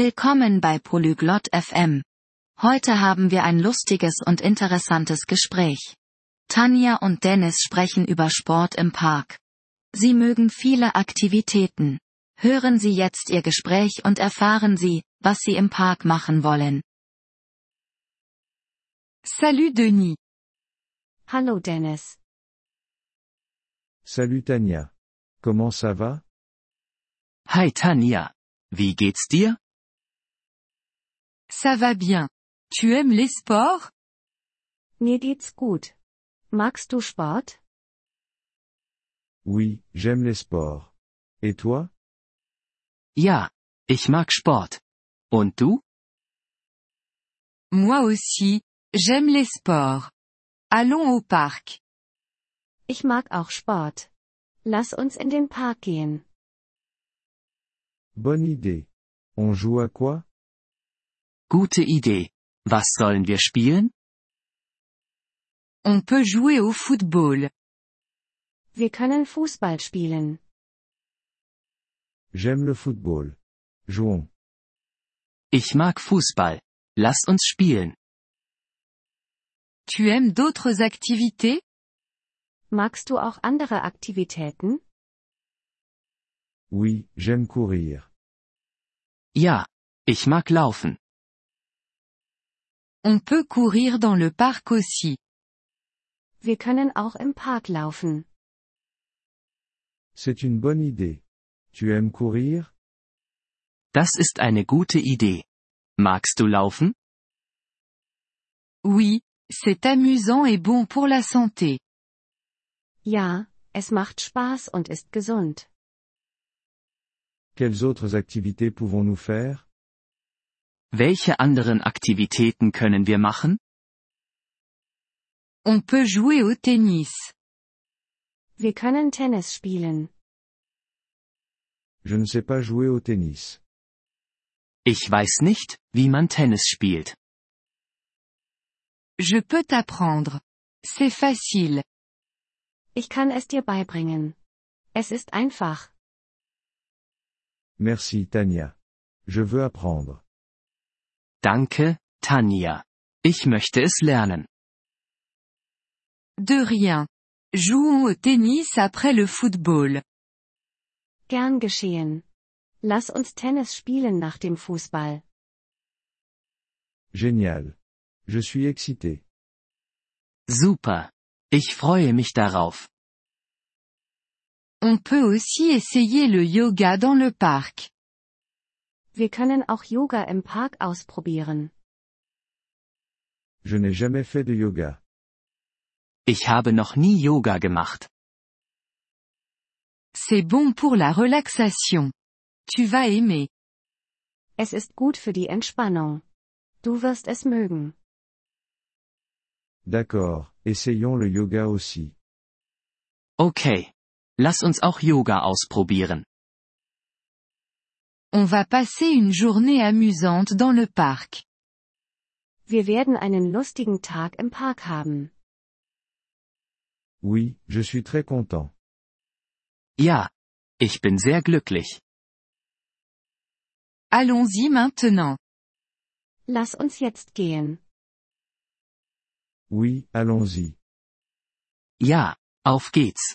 Willkommen bei Polyglot FM. Heute haben wir ein lustiges und interessantes Gespräch. Tanja und Dennis sprechen über Sport im Park. Sie mögen viele Aktivitäten. Hören Sie jetzt Ihr Gespräch und erfahren Sie, was Sie im Park machen wollen. Salut Denis. Hallo Dennis. Salut Tania. Comment ça va? Hi Tanja. Wie geht's dir? Ça va bien. Tu aimes les sports? Mir geht's gut. Magst du Sport? Oui, j'aime les sports. Et toi? Ja. Ich mag Sport. Und du? Moi aussi, j'aime les sports. Allons au parc. Ich mag auch Sport. Lass uns in den Park gehen. Bonne idée. On joue à quoi? Gute Idee. Was sollen wir spielen? On peut jouer au football. Wir können Fußball spielen. J'aime le football. Jouons. Ich mag Fußball. Lass uns spielen. Tu aimes d'autres activités? Magst du auch andere Aktivitäten? Oui, j'aime courir. Ja. Ich mag laufen. On peut courir dans le parc aussi. Wir können auch im Park laufen. C'est une bonne idée. Tu aimes courir? Das ist eine gute Idee. Magst du laufen? Oui, c'est amusant et bon pour la santé. Ja, es macht Spaß und ist gesund. Quelles autres activités pouvons-nous faire? Welche anderen Aktivitäten können wir machen? On peut jouer au tennis. Wir können Tennis spielen. Je ne sais pas jouer au tennis. Ich weiß nicht, wie man Tennis spielt. Je peux t'apprendre. C'est facile. Ich kann es dir beibringen. Es ist einfach. Merci Tania. Je veux apprendre. Danke, Tanja. Ich möchte es lernen. De rien. Jouons au tennis après le football. Gern geschehen. Lass uns Tennis spielen nach dem Fußball. Génial. Je suis excité. Super. Ich freue mich darauf. On peut aussi essayer le yoga dans le parc. Wir können auch Yoga im Park ausprobieren. Je n'ai jamais fait de yoga. Ich habe noch nie Yoga gemacht. C'est bon pour la relaxation. Tu vas aimer. Es ist gut für die Entspannung. Du wirst es mögen. D'accord, essayons le yoga aussi. Okay. Lass uns auch Yoga ausprobieren. On va passer une journée amusante dans le parc. Wir werden einen lustigen Tag im Park haben. Oui, je suis très content. Ja. Ich bin sehr glücklich. Allons-y maintenant. Lass uns jetzt gehen. Oui, allons-y. Ja. Auf geht's.